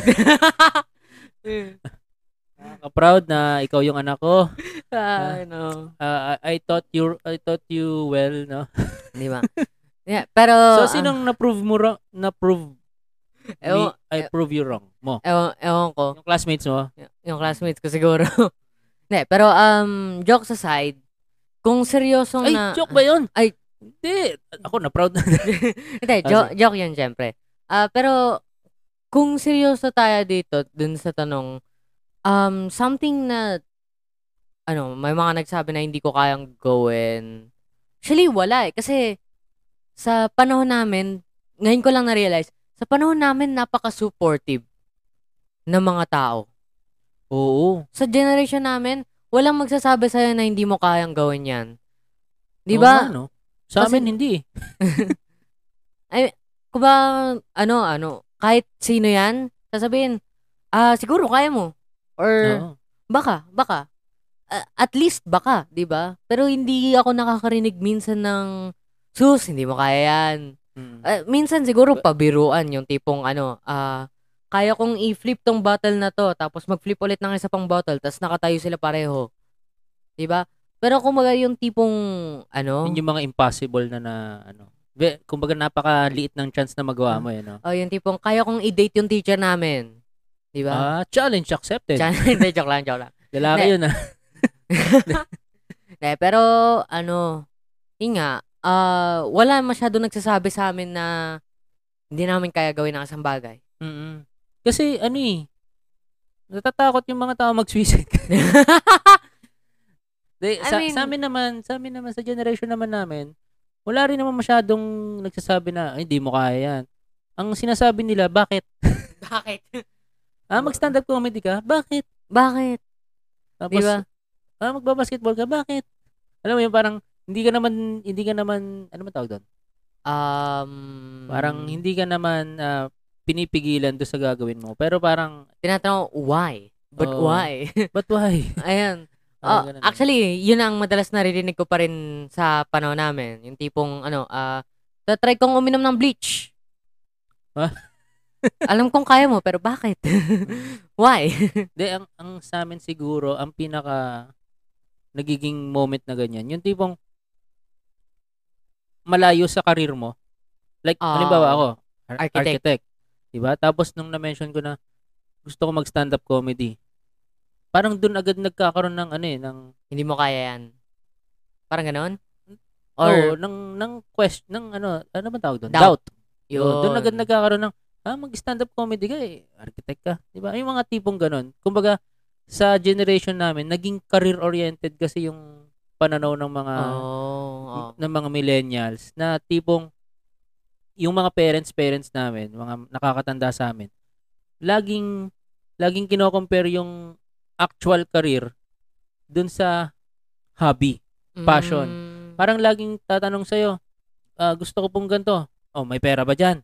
S1: Nakaka-proud na ikaw yung anak ko.
S2: Ah, ano.
S1: Ah, I I taught you I taught you well, no.
S2: Di ba? Yeah, pero,
S1: So
S2: ah,
S1: sinong na-prove mo wrong, na-prove
S2: ewan,
S1: me-
S2: eh-
S1: I prove you wrong mo?
S2: ewan, ewan ko.
S1: Yung classmates mo?
S2: Y- yung classmates ko siguro. Ne, pero um jokes aside, kung seryoso
S1: Ay,
S2: na
S1: joke ba 'yun?
S2: Ay.
S1: hindi. Ako na proud na.
S2: Hindi,
S1: Ah,
S2: jo- joke 'yun syempre. Ah, pero kung seryoso tayo dito dun sa tanong um something na ano, may mga nagsabi na hindi ko kayang gawin. Actually, wala eh. Kasi sa panahon namin, ngayon ko lang na-realize, sa panahon namin, napaka-supportive ng mga tao.
S1: Oo.
S2: sa generation namin, walang magsasabi sa'yo na hindi mo kayang gawin yan.
S1: Oo
S2: Di
S1: nga,
S2: ba?
S1: no? Sa
S2: Kasi-
S1: amin hindi. eh.
S2: Kung ba, ano, ano, kahit sino yan, sasabihin, ah, siguro kaya mo. Or,
S1: Oo.
S2: baka, baka. A- at least baka, di ba? Pero hindi ako nakakarinig minsan ng, sus, hindi mo kaya yan.
S1: Mm.
S2: Eh, minsan siguro pabiruan yung tipong ano, ah, kaya kong i-flip tong bottle na to, tapos mag-flip ulit ng isa pang bottle, tapos nakatayo sila pareho. 'Di ba? Pero kumaga yung tipong ano,
S1: Yun yung mga impossible na na ano. Be, kumbaga napakaliit ng chance na magawa mo eh, no?
S2: oh, yung tipong kaya kong i-date yung teacher namin. 'Di
S1: Ah,
S2: ba?
S1: challenge accepted.
S2: Diyan, hindi joke lang, joke lang.
S1: Lalaki yun ah.
S2: Hindi, pero ano, yun nga, ah, wala masyado nagsasabi sa amin na hindi namin kaya gawin ang isang bagay.
S1: mm Kasi ano eh, natatakot yung mga tao mag-suicide. De,
S2: I
S1: sa,
S2: mean-
S1: sa amin naman, sa amin naman, sa generation naman namin, wala rin naman masyadong nagsasabi na, "Ay, hindi mo kaya yan. Ang sinasabi nila, bakit?
S2: Bakit?
S1: Ah, mag-stand up comedy ka? Bakit?
S2: Bakit?
S1: Tapos,
S2: Diba?
S1: ah, magbabasketball ka? Bakit? Alam mo yun, parang, hindi ka naman, hindi ka naman, ano man tawag doon?
S2: Um,
S1: Parang, hindi ka naman ah, pinipigilan doon sa gagawin mo. Pero parang,
S2: tinatanong why? But
S1: Oo.
S2: why?
S1: but why?
S2: Ayan.
S1: Parang
S2: Oh,
S1: ganun.
S2: actually, yun ang madalas naririnig ko pa rin sa panahon namin. Yung tipong, ano, ah, tatry kong uminom ng bleach.
S1: Ha?
S2: Alam kong kaya mo, pero bakit? why?
S1: De, ang, ang sa amin siguro, ang pinaka nagiging moment na ganyan, yung tipong malayo sa karir mo. Like,
S2: Ah,
S1: halimbawa ako, ar-
S2: architect.
S1: architect. Diba? Tapos nung na-mention ko na gusto ko mag-stand-up comedy, parang dun agad nagkakaroon ng ano eh, ng,
S2: Hindi mo kaya yan. Parang ganon?
S1: or,
S2: Or,
S1: ng, ng question, ng ano, ano ba tawag doon?
S2: Doubt.
S1: Yun.
S2: yun.
S1: doon agad nagkakaroon ng, ah, mag-stand-up comedy ka eh, architect ka. Di ba? Yung mga tipong ganun. Kumbaga, sa generation namin, naging career-oriented kasi yung pananaw ng mga
S2: Oh, oh.
S1: ng mga millennials na tipong yung mga parents parents namin, mga nakakatanda sa amin, laging laging kino-compare yung actual career dun sa hobby. passion.
S2: Mm.
S1: Parang laging tatanong sa'yo, ah, gusto ko pong ganito. Oh, may pera ba dyan?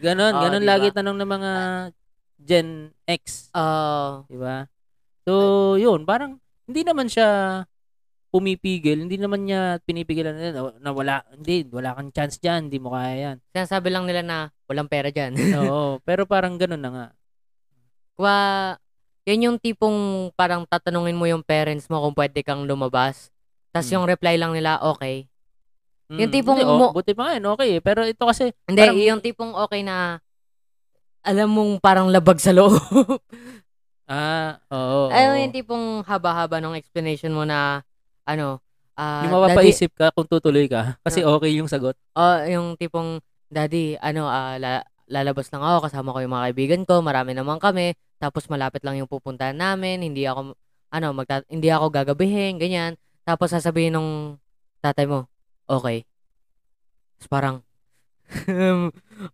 S1: Ganon,
S2: Oo,
S1: ganon
S2: diba?
S1: lagi tanong ng mga Gen X,
S2: Oh,
S1: di ba? So, yun, parang hindi naman siya pumipigil, hindi naman niya pinipigilan na, na, na wala, hindi, wala kang chance dyan, hindi mo kaya yan.
S2: sinasabi lang nila na walang pera dyan.
S1: Oo, pero parang ganun na nga.
S2: Kwa, yan yung tipong parang tatanungin mo yung parents mo kung pwede kang lumabas. Tapos
S1: Hmm.
S2: yung reply lang nila, okay.
S1: Mm,
S2: Yung tipong
S1: hindi, oh,
S2: mo-
S1: buti pa nga yun, okay. eh. Pero ito kasi,
S2: Hindi,
S1: Parang-
S2: yung tipong okay na alam mong parang labag sa loob.
S1: ah, oo. oo.
S2: Alam mo yung tipong haba-haba ng explanation mo na ano, ah,
S1: yung
S2: daddy,
S1: mapapaisip ka kung tutuloy ka kasi
S2: Ah.
S1: okay yung sagot.
S2: Oh, yung tipong, Daddy, ano, ah, la- lalabas lang ako, kasama ko yung mga kaibigan ko, marami naman kami, tapos malapit lang yung pupuntahan namin, hindi ako, ano, magta- hindi ako gagabihin, ganyan. Tapos sasabihin nung tatay mo, okay. Tapos parang,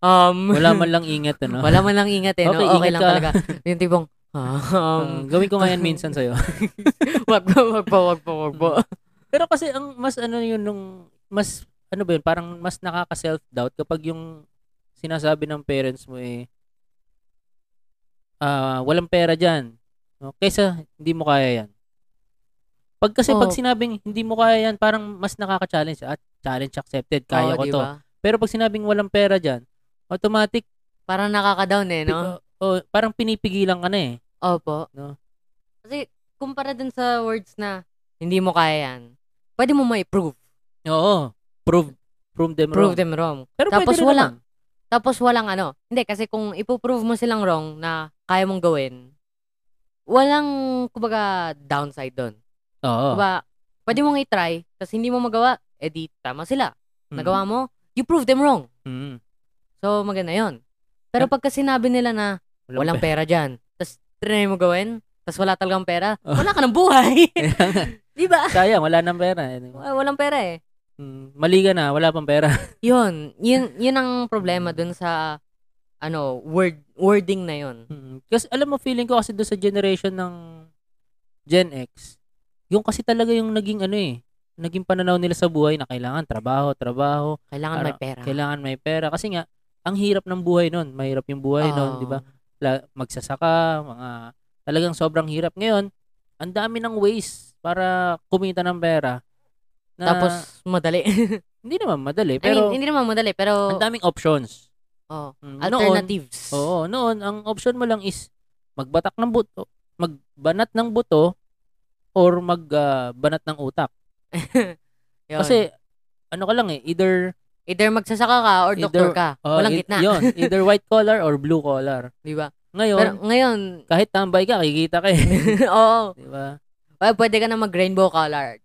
S2: um,
S1: Wala man lang ingat, ano?
S2: wala man lang ingat eh, no?
S1: Okay,
S2: okay,
S1: ingat
S2: lang
S1: ka.
S2: talaga. Yung tipong, um,
S1: Um, gawin ko ngayon minsan sa'yo.
S2: wag po, wag po, wag po, wag po.
S1: Pero kasi ang mas ano yun nung mas ano ba yun parang mas nakaka self doubt kapag yung sinasabi ng parents mo eh ah walang pera diyan. No? Kaysa hindi mo kaya yan. Pag kasi pag
S2: Oo.
S1: sinabing hindi mo kaya yan parang mas nakaka-challenge at challenge accepted kaya ko
S2: Oo,
S1: to.
S2: diba?
S1: Pero pag sinabing walang pera diyan automatic
S2: Parang nakaka-down eh, no?
S1: oh, parang pinipigilan ka na eh.
S2: Opo.
S1: No?
S2: Kasi kumpara dun sa words na hindi mo kaya yan, pwede mo may prove.
S1: Oo. Prove, prove them wrong.
S2: Prove them wrong.
S1: Pero
S2: Tapos
S1: pwede rin
S2: wala.
S1: naman.
S2: Tapos walang ano. Hindi, kasi kung ipoprove mo silang wrong na kaya mong gawin, walang, kumbaga, downside doon.
S1: Oo.
S2: Kumbaga, pwede mong i-try, tapos hindi mo magawa, eh di tama sila.
S1: Mm.
S2: Nagawa mo, you prove them wrong.
S1: Mm.
S2: So, maganda yon Pero
S1: Yep.
S2: pagka sinabi nila na, walang
S1: Walang
S2: pera dyan, tapos trinay mo gawin, tapos wala talagang pera,
S1: Oh.
S2: wala ka ng buhay. Diba?
S1: pera.
S2: Di ba?
S1: Sayang, wala nang pera.
S2: Wa- Walang pera eh.
S1: Mm, Mali ka na, wala pang pera.
S2: Yun, yun, yun ang problema dun sa ano, word wording na yun.
S1: Mm. Kasi alam mo, feeling ko kasi doon sa generation ng Gen X, yung kasi talaga yung naging ano eh, naging pananaw nila sa buhay na kailangan trabaho, trabaho,
S2: Kailangan may pera.
S1: kailangan may pera. Kasi nga, ang hirap ng buhay nun. Mahirap yung buhay nun,
S2: Oo.
S1: di ba? La- magsasaka, mga talagang sobrang hirap. Ngayon, ang dami ng ways para kumita ng pera. Na,
S2: Tapos madali.
S1: hindi naman madali,
S2: I mean,
S1: pero
S2: hindi naman madali pero
S1: ang daming options.
S2: oh,
S1: Mm,
S2: alternatives.
S1: Noon, oo, noon, ang option mo lang is magbatak ng buto, magbanat ng buto, or magbanat ng utak.
S2: Yun.
S1: Kasi, ano ka lang eh, either
S2: either magsasaka ka or
S1: Either-
S2: doktor ka.
S1: oh,
S2: Walang
S1: i-
S2: gitna,
S1: yun, either white collar or blue collar.
S2: 'di ba?
S1: Ngayon,
S2: Pero ngayon,
S1: kahit tambay ka, kikita ka eh.
S2: oo,
S1: Di ba?
S2: well, pwede ka na mag-rainbow color.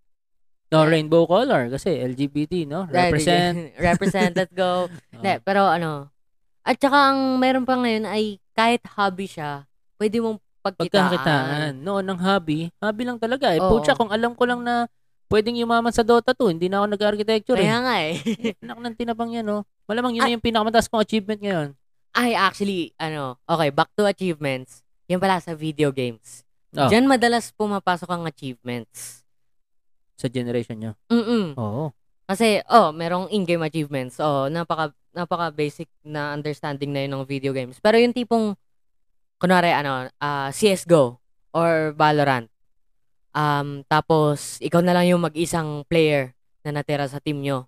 S1: No, rainbow color kasi LGBT, no? Represent. Oh.
S2: represent, let's go. Hindi, pero ano, at saka ang meron pa ngayon ay kahit hobby siya, pwede mong pagkitaan.
S1: Pagkakitaan. Noon, ang hobby, hobby lang talaga. Eh,
S2: Oo.
S1: pucha, kung alam ko lang na pwedeng yumaman sa Dota 2, hindi na ako nag-architecture
S2: Kaya
S1: eh.
S2: nga eh.
S1: Anak ng tinapang yan, no? Malamang yun na yung pinakamataas kong achievement ngayon.
S2: Ay, actually, ano, okay, back to achievements. Yan pala sa video games.
S1: Oh.
S2: Diyan madalas pumapasok ang achievements.
S1: sa generation nyo.
S2: Mm-mm.
S1: Oo.
S2: Kasi, oh, merong in-game achievements. Oh, napaka, napaka basic na understanding na yun ng video games. Pero yung tipong, kunwari, ano, ah, CSGO or Valorant. Um, tapos, ikaw na lang yung mag-isang player na natira sa team nyo.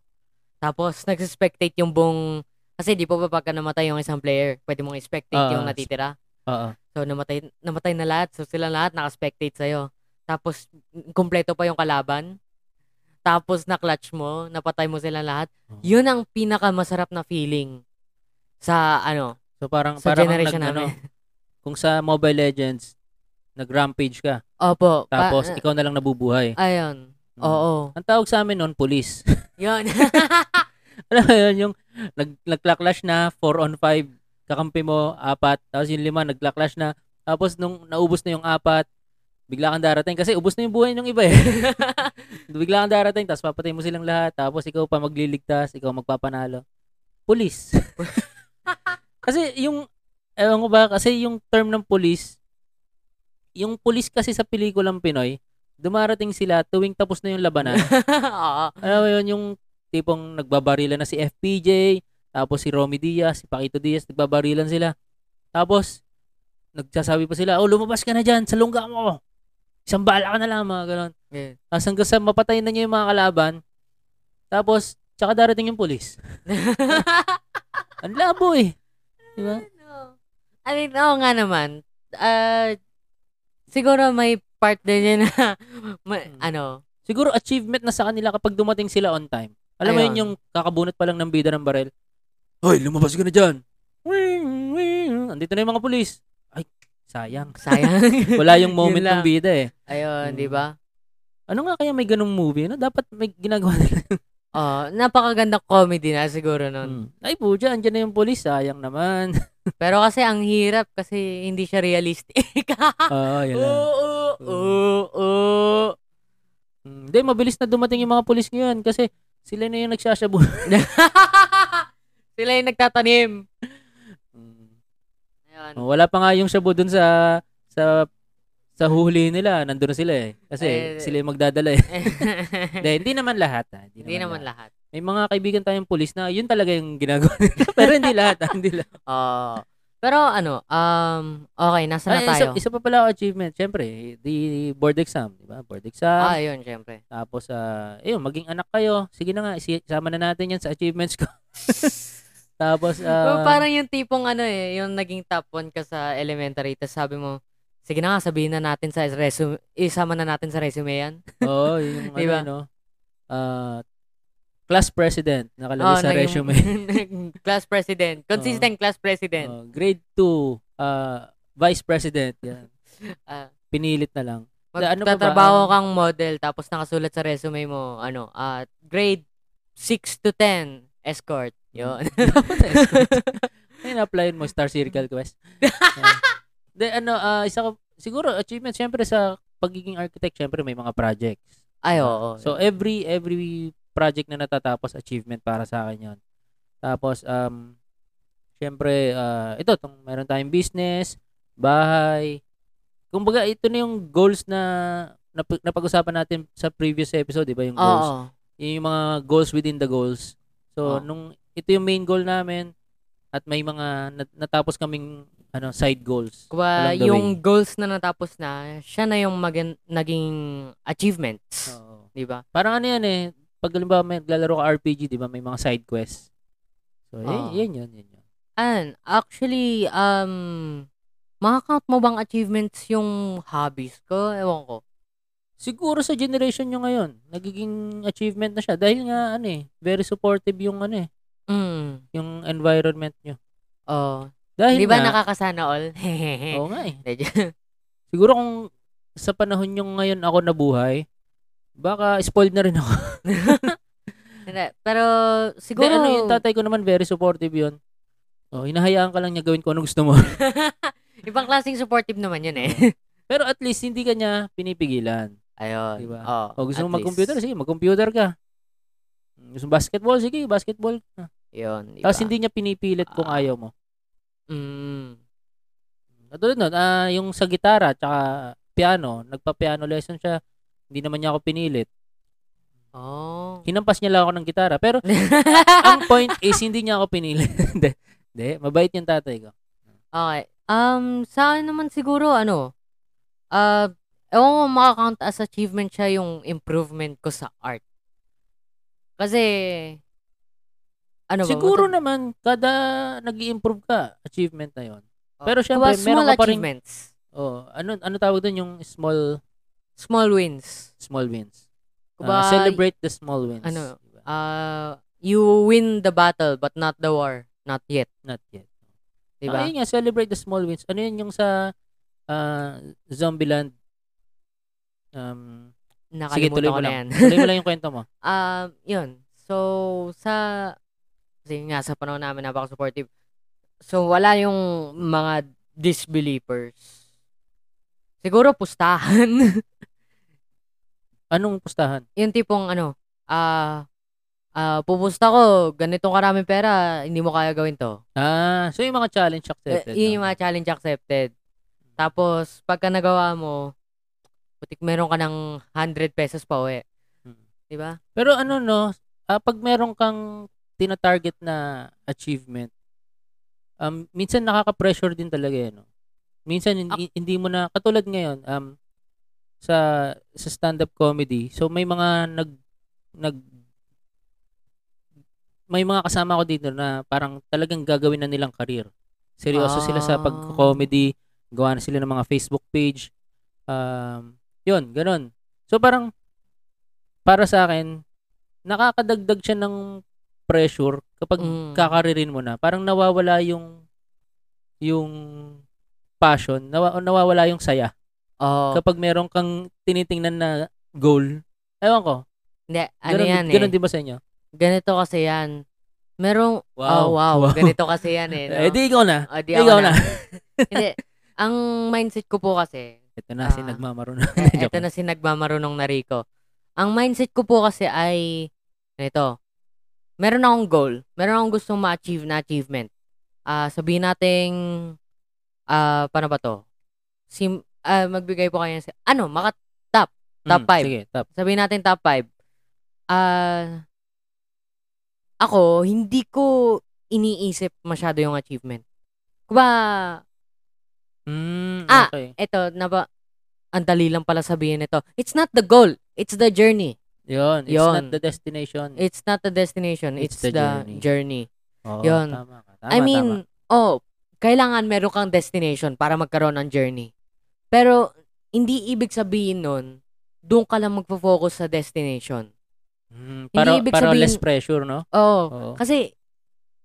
S2: Tapos, nag-spectate yung buong... Kasi di pa ba pagka namatay yung isang player, pwede mong i-spectate
S1: Ah,
S2: yung natitira?
S1: Oo.
S2: So namatay namatay na lahat. So sila lahat naka-spectate sa'yo. Tapos kumpleto pa yung kalaban. Tapos na-clutch mo, napatay mo sila lahat.
S1: Oo.
S2: Yun ang pinakamasarap na feeling sa ano,
S1: So parang
S2: sa
S1: parang ang
S2: generation
S1: nag-
S2: namin.
S1: ano, kung sa Mobile Legends, nag-rampage ka,
S2: Opo. pa- eh,
S1: tapos ikaw na lang nabubuhay.
S2: ayun.
S1: Mm.
S2: Ah, Oo.
S1: Ang tawag sa amin noon, police.
S2: Yun.
S1: Alam mo yun, yung nag nagklaklash na 4 on 5, kakampi mo apat, tapos yung lima nagklaklash na, tapos nung naubos na yung apat, bigla kang darating kasi ubos na yung buhay ng iba eh. bigla kang darating, tapos papatay mo silang lahat, tapos ikaw pa magliligtas, ikaw magpapanalo. Police. kasi yung, ewan ko ba, kasi yung term ng police, yung police kasi sa pelikulang Pinoy, dumarating sila tuwing tapos na yung labanan,
S2: Oo.
S1: alam mo yun, yung tipong nagbabarilan na si FPJ, tapos si Romy Diaz, si Paquito Diaz, nagbabarilan sila. Tapos, nagsasabi pa sila, oh, lumabas ka na dyan, salungga mo. Isang bala ka na lang, mga ganon.
S2: Yeah.
S1: Tapos hanggang sa mapatay na niya yung mga kalaban, tapos, tsaka darating yung pulis. Ang labo eh. Di ba?
S2: Ano? I mean, oo nga naman. Ah, siguro may part din yun na, ma-
S1: Hmm.
S2: ano,
S1: Siguro achievement na sa kanila kapag dumating sila on time. Alam mo yun
S2: Ayun.
S1: yung kakabunot pa lang ng bida ng barel. Hoy, lumabas ka na dyan. Wing, wing. Andito na yung mga pulis. Ay, sayang.
S2: sayang.
S1: Wala yung
S2: Yun
S1: moment ng
S2: lang.
S1: bida eh.
S2: Ayun,
S1: Mm.
S2: di ba?
S1: Ano nga kaya may ganung movie? No? Dapat may ginagawa nila.
S2: Oh, napakagandang comedy na siguro nun.
S1: Mm. Ay, puja, andyan na yung polis. Sayang naman.
S2: Pero kasi ang hirap kasi hindi siya realistic.
S1: Oo, Ah, yun
S2: Oo,
S1: lang.
S2: oo, oo, oo.
S1: Mm. Hindi, mabilis na dumating yung mga polis ngayon kasi sila na yung nagsasyabu.
S2: Sila yung nagtatanim.
S1: Mm.
S2: Ayun.
S1: Oh, Wala pa nga yung shabu dun sa sa sa huhuli nila. Nandun na sila eh. Kasi
S2: Eh,
S1: sila yung magdadala eh. Hindi, hindi naman lahat. ah.
S2: hindi naman lahat.
S1: May mga kaibigan tayong polis na yun talaga yung ginagawa nila. Pero hindi lahat. ah, Hindi lahat.
S2: Oo. pero ano, um, okay, nasa na
S1: Ay,
S2: tayo?
S1: Isa, isa pa pala achievement. Siyempre, the board exam. Di ba? Board exam.
S2: Ah, yun, syempre.
S1: Tapos, ah, ayun, maging anak kayo. Sige na nga, isi- isama na natin yan sa achievements ko. Tapos,
S2: Pero
S1: ah,
S2: Oh, parang yung tipong ano eh, yung naging top 1 ka sa elementary, tapos sabi mo, Sige na nga, sabihin na natin sa resume, isama na natin sa resume yan.
S1: Oo, yung ano,
S2: Diba?
S1: yun, no? Ah, class president, nakalagay sa
S2: Oo, Ah, naging-
S1: resume.
S2: class president. Consistent class president.
S1: Oo, grade 2, ah, vice president. Yan.
S2: Ah.
S1: Pinilit na lang. Na ano pa ba
S2: Magtatrabaho
S1: ang-
S2: kang model tapos nakasulat sa resume mo, ano, ah, grade 6 to 10, escort. Yun.
S1: Dapat na escort. Ayun, applyin mo, Star Circle Quest. Ah. Then, ano, ah, isa ka, siguro, achievement, syempre sa pagiging architect, syempre may mga projects.
S2: Ay, oo.
S1: So every every project na natatapos achievement para sa akin 'yon. Tapos um syempre ah, ito tong meron tayong business, bahay. Kumbaga ito na yung goals na nap- napag-usapan natin sa previous episode, 'di ba yung goals?
S2: oo.
S1: Yun Yung mga goals within the goals. So
S2: Oo.
S1: nung ito yung main goal namin at may mga nat- natapos kaming ano side goals.
S2: Kuba,
S1: Along the
S2: yung goals na natapos na, siya na yung magin- naging achievements.
S1: Oo.
S2: Di ba?
S1: Parang ano yan eh, pag halimbawa may naglalaro ka RPG, di ba, may mga side quest. So, eh,
S2: Oo.
S1: yan yun, yun yun.
S2: An, actually, um, makakount mo bang achievements yung hobbies ko? Ewan ko.
S1: Siguro sa generation nyo ngayon, nagiging achievement na siya. Dahil nga, ano eh, very supportive yung ano eh,
S2: Mm.
S1: yung environment nyo.
S2: Oh.
S1: Dahil
S2: Di ba
S1: nga,
S2: nakakasana all? Oh. Hehehe.
S1: oo nga eh.
S2: Medyo-
S1: Siguro kung sa panahon nyo ngayon ako nabuhay, baka spoiled na rin ako.
S2: Hindi, Pero siguro...
S1: Siguro, ano yung tatay ko naman, very supportive yun. Oh, hinahayaan ka lang niya gawin kung ano gusto mo.
S2: Ibang klaseng supportive naman yun eh.
S1: Pero at least hindi ka niya pinipigilan.
S2: Ayun.
S1: Di ba? O
S2: Oo,
S1: Oh, gusto
S2: at
S1: mo
S2: least.
S1: mag-computer, sige, mag-computer ka. Gusto mo basketball, sige, basketball. ka.
S2: Yun. Di
S1: Tapos
S2: ba?
S1: hindi niya pinipilit kung
S2: Diba? Ah.
S1: ayaw mo.
S2: Mm.
S1: Katulad nun, ah, yung sa gitara, tsaka piano, nagpa-piano lesson siya, hindi naman niya ako pinilit.
S2: Oh.
S1: Hinampas niya lang ako ng gitara. Pero ang point is, hindi niya ako pinilit. Hindi, Hindi, mabait yung tatay ko.
S2: Okay. Um, sa akin naman siguro, ano, ah, ewan ko makakount as achievement siya yung improvement ko sa art. Kasi, ano ba?
S1: Siguro
S2: matag-
S1: naman, kada nag improve ka, achievement na yon.
S2: Oh.
S1: pero syempre,
S2: Well, small
S1: meron ka pa rin-
S2: achievements.
S1: Oh, ano ano tawag doon yung small
S2: Small wins.
S1: small wins.
S2: Kuba,
S1: Ah, celebrate the small wins.
S2: ano,
S1: Diba?
S2: ah, you win the battle but not the war. Not yet.
S1: Not yet.
S2: Di
S1: Ah,
S2: ba?
S1: yun nga, celebrate the small wins. Ano yun yung sa ah, Zombieland? Um, sige,
S2: Nakalimutan
S1: tuloy
S2: ko
S1: mo
S2: na
S1: lang.
S2: yan.
S1: tuloy mo lang yung kwento mo.
S2: Um, yun. So, sa, kasi yun nga, sa panahon namin, napaka-supportive. So, wala yung mga disbelievers. Siguro, pustahan.
S1: Anong pustahan?
S2: yung tipong, ano, ah, ah, pupusta ko, ganitong karaming pera, hindi mo kaya gawin to.
S1: Ah, so yung mga challenge
S2: Eh,
S1: accepted.
S2: yun
S1: no?
S2: yung mga challenge accepted. Tapos, pagka nagawa mo, putik meron ka ng 100 pesos pa uwi.
S1: Mm.
S2: Di ba?
S1: Pero ano no, ah, pag meron kang tina-target na achievement, um, minsan nakaka-pressure din talaga yan. No? Minsan hindi, hindi mo na, katulad ngayon, um, sa sa stand-up comedy, so may mga nag, nag may mga kasama ko dito na parang talagang gagawin na nilang karir. Seryoso sila sa
S2: Ah.
S1: pag-comedy, gawa na sila ng mga Facebook page. Um, yun, ganun. So parang para sa akin, nakakadagdag siya ng pressure kapag
S2: Mm.
S1: kakaririn mo na. Parang nawawala yung yung passion, nawa- nawawala yung saya.
S2: Oo.
S1: Kapag meron kang tinitingnan na goal, ewan ko.
S2: Hindi, ano
S1: Ganun,
S2: yan eh.
S1: ganun din ba sa inyo?
S2: ganito kasi yan. Merong, Oh, wow, wow, ganito kasi yan eh. No?
S1: Eh, di ikaw na.
S2: Oh, di
S1: ikaw
S2: ako
S1: na.
S2: na. Hindi, ang mindset ko po kasi,
S1: Ito na,
S2: Ah.
S1: si nagmamaroon.
S2: eh, eto na si nagmamarunong na Rico. Ang mindset ko po kasi ay, ito, meron akong goal, meron akong gustong ma-achieve na achievement. Ah, sabihin nating, ah, paano ba to? Sim, ah, magbigay po kayo, ng si- ano, maka, Top
S1: Mm,
S2: five.
S1: Sige, top.
S2: sabihin natin top 5. Ah ako, hindi ko iniisip masyado yung achievement. Kuba,
S1: Mm,
S2: Ah.
S1: okay.
S2: eto, naba, ang dali lang pala sabihin ito. It's not the goal. It's the journey.
S1: Yun, it's
S2: Yun.
S1: not the destination.
S2: It's not the destination.
S1: It's
S2: It's,
S1: the
S2: the,
S1: journey.
S2: journey.
S1: Oo,
S2: yun.
S1: Tama ka. Tama,
S2: I mean,
S1: tama.
S2: oh, kailangan meron kang destination para magkaroon ng journey. Pero, hindi ibig sabihin nun, doon ka lang magpo-focus sa destination.
S1: Mm, para,
S2: ibig
S1: para
S2: sabihin-
S1: less pressure, no?
S2: Oo.
S1: Oo.
S2: Kasi,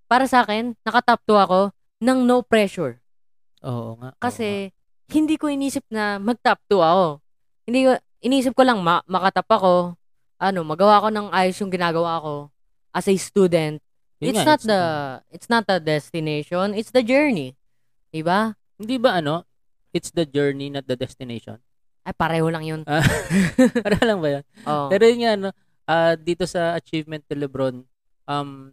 S2: para sa akin, nakatop 2 ako ng no pressure.
S1: Oo nga. oo nga.
S2: Kasi, hindi ko inisip na mag-top 2 ako. Hindi ko, inisip ko lang ma- makatap ako, ano, magawa ko ng ayos yung ginagawa ko as a student.
S1: Yun
S2: it's
S1: nga,
S2: not the, it's not the destination, it's the journey. Diba?
S1: Hindi ba ano? It's the journey, not the destination.
S2: Ay, pareho lang yun. oh,
S1: Ah, para lang ba yun?
S2: Oo.
S1: Pero yun nga, no, ah, dito sa achievement ni Lebron, um,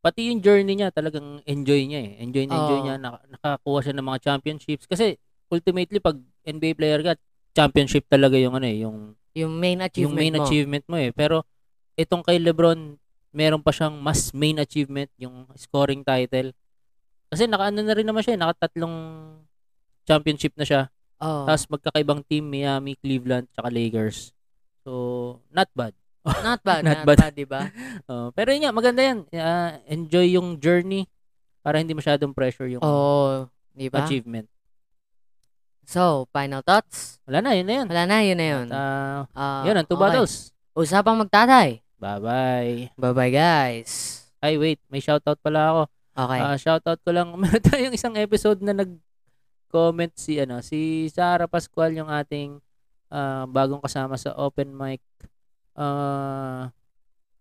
S1: pati yung journey niya, talagang enjoy niya eh. Enjoy na enjoy
S2: Oo.
S1: niya. Nak- nakakuha siya ng mga championships. Kasi ultimately, pag NBA player ka, championship talaga yung ano eh, yung,
S2: yung main
S1: yung
S2: achievement
S1: main
S2: mo.
S1: achievement mo eh. Pero itong kay Lebron, meron pa siyang mas main achievement, yung scoring title. Kasi nakaano na rin naman siya eh, nakatatlong championship na siya.
S2: Oo.
S1: Tapos magkakaibang team, Miami, Cleveland, tsaka Lakers. So, not bad.
S2: not bad,
S1: not
S2: not,
S1: bad.
S2: bad. diba?
S1: Oh, pero yun nga, maganda yan. Ah, enjoy yung journey para hindi masyadong pressure yung
S2: Oo. Oh, Diba?
S1: achievement.
S2: So, final thoughts?
S1: Wala na, yun na yun.
S2: Wala na, yun na yun.
S1: Ah,
S2: Ah,
S1: yun, ang two
S2: okay.
S1: battles.
S2: Usapang magtatay.
S1: Bye-bye.
S2: Bye-bye, guys.
S1: Ay, wait. May shoutout pala ako.
S2: Okay.
S1: Ah, shoutout ko lang. Meron tayong isang episode na nag-comment si, ano, si Sarah Pascual, yung ating ah, bagong kasama sa open mic. Ah,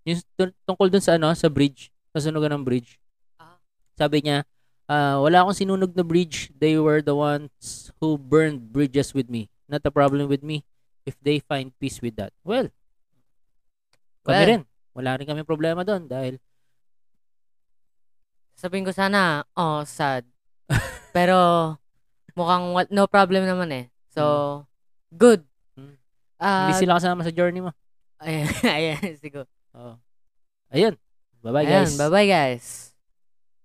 S1: yung tun- tungkol dun sa, ano, sa bridge. Sa sunugan ng bridge.
S2: Ah.
S1: Sabi niya, ah, wala akong sinunog na bridge. They were the ones who burned bridges with me. Not a problem with me if they find peace with that. Well, kami
S2: Well.
S1: rin. Wala rin kami problema doon dahil
S2: Sabihin ko sana, oh, sad. Pero, mukhang wa- no problem naman eh. So, good.
S1: Mm. Hmm.
S2: Ah,
S1: hindi sila kasama sa journey mo.
S2: Ayan, ayan, siguro.
S1: Oo. Ayun. Bye-bye,
S2: Ayan,
S1: guys.
S2: bye-bye, guys.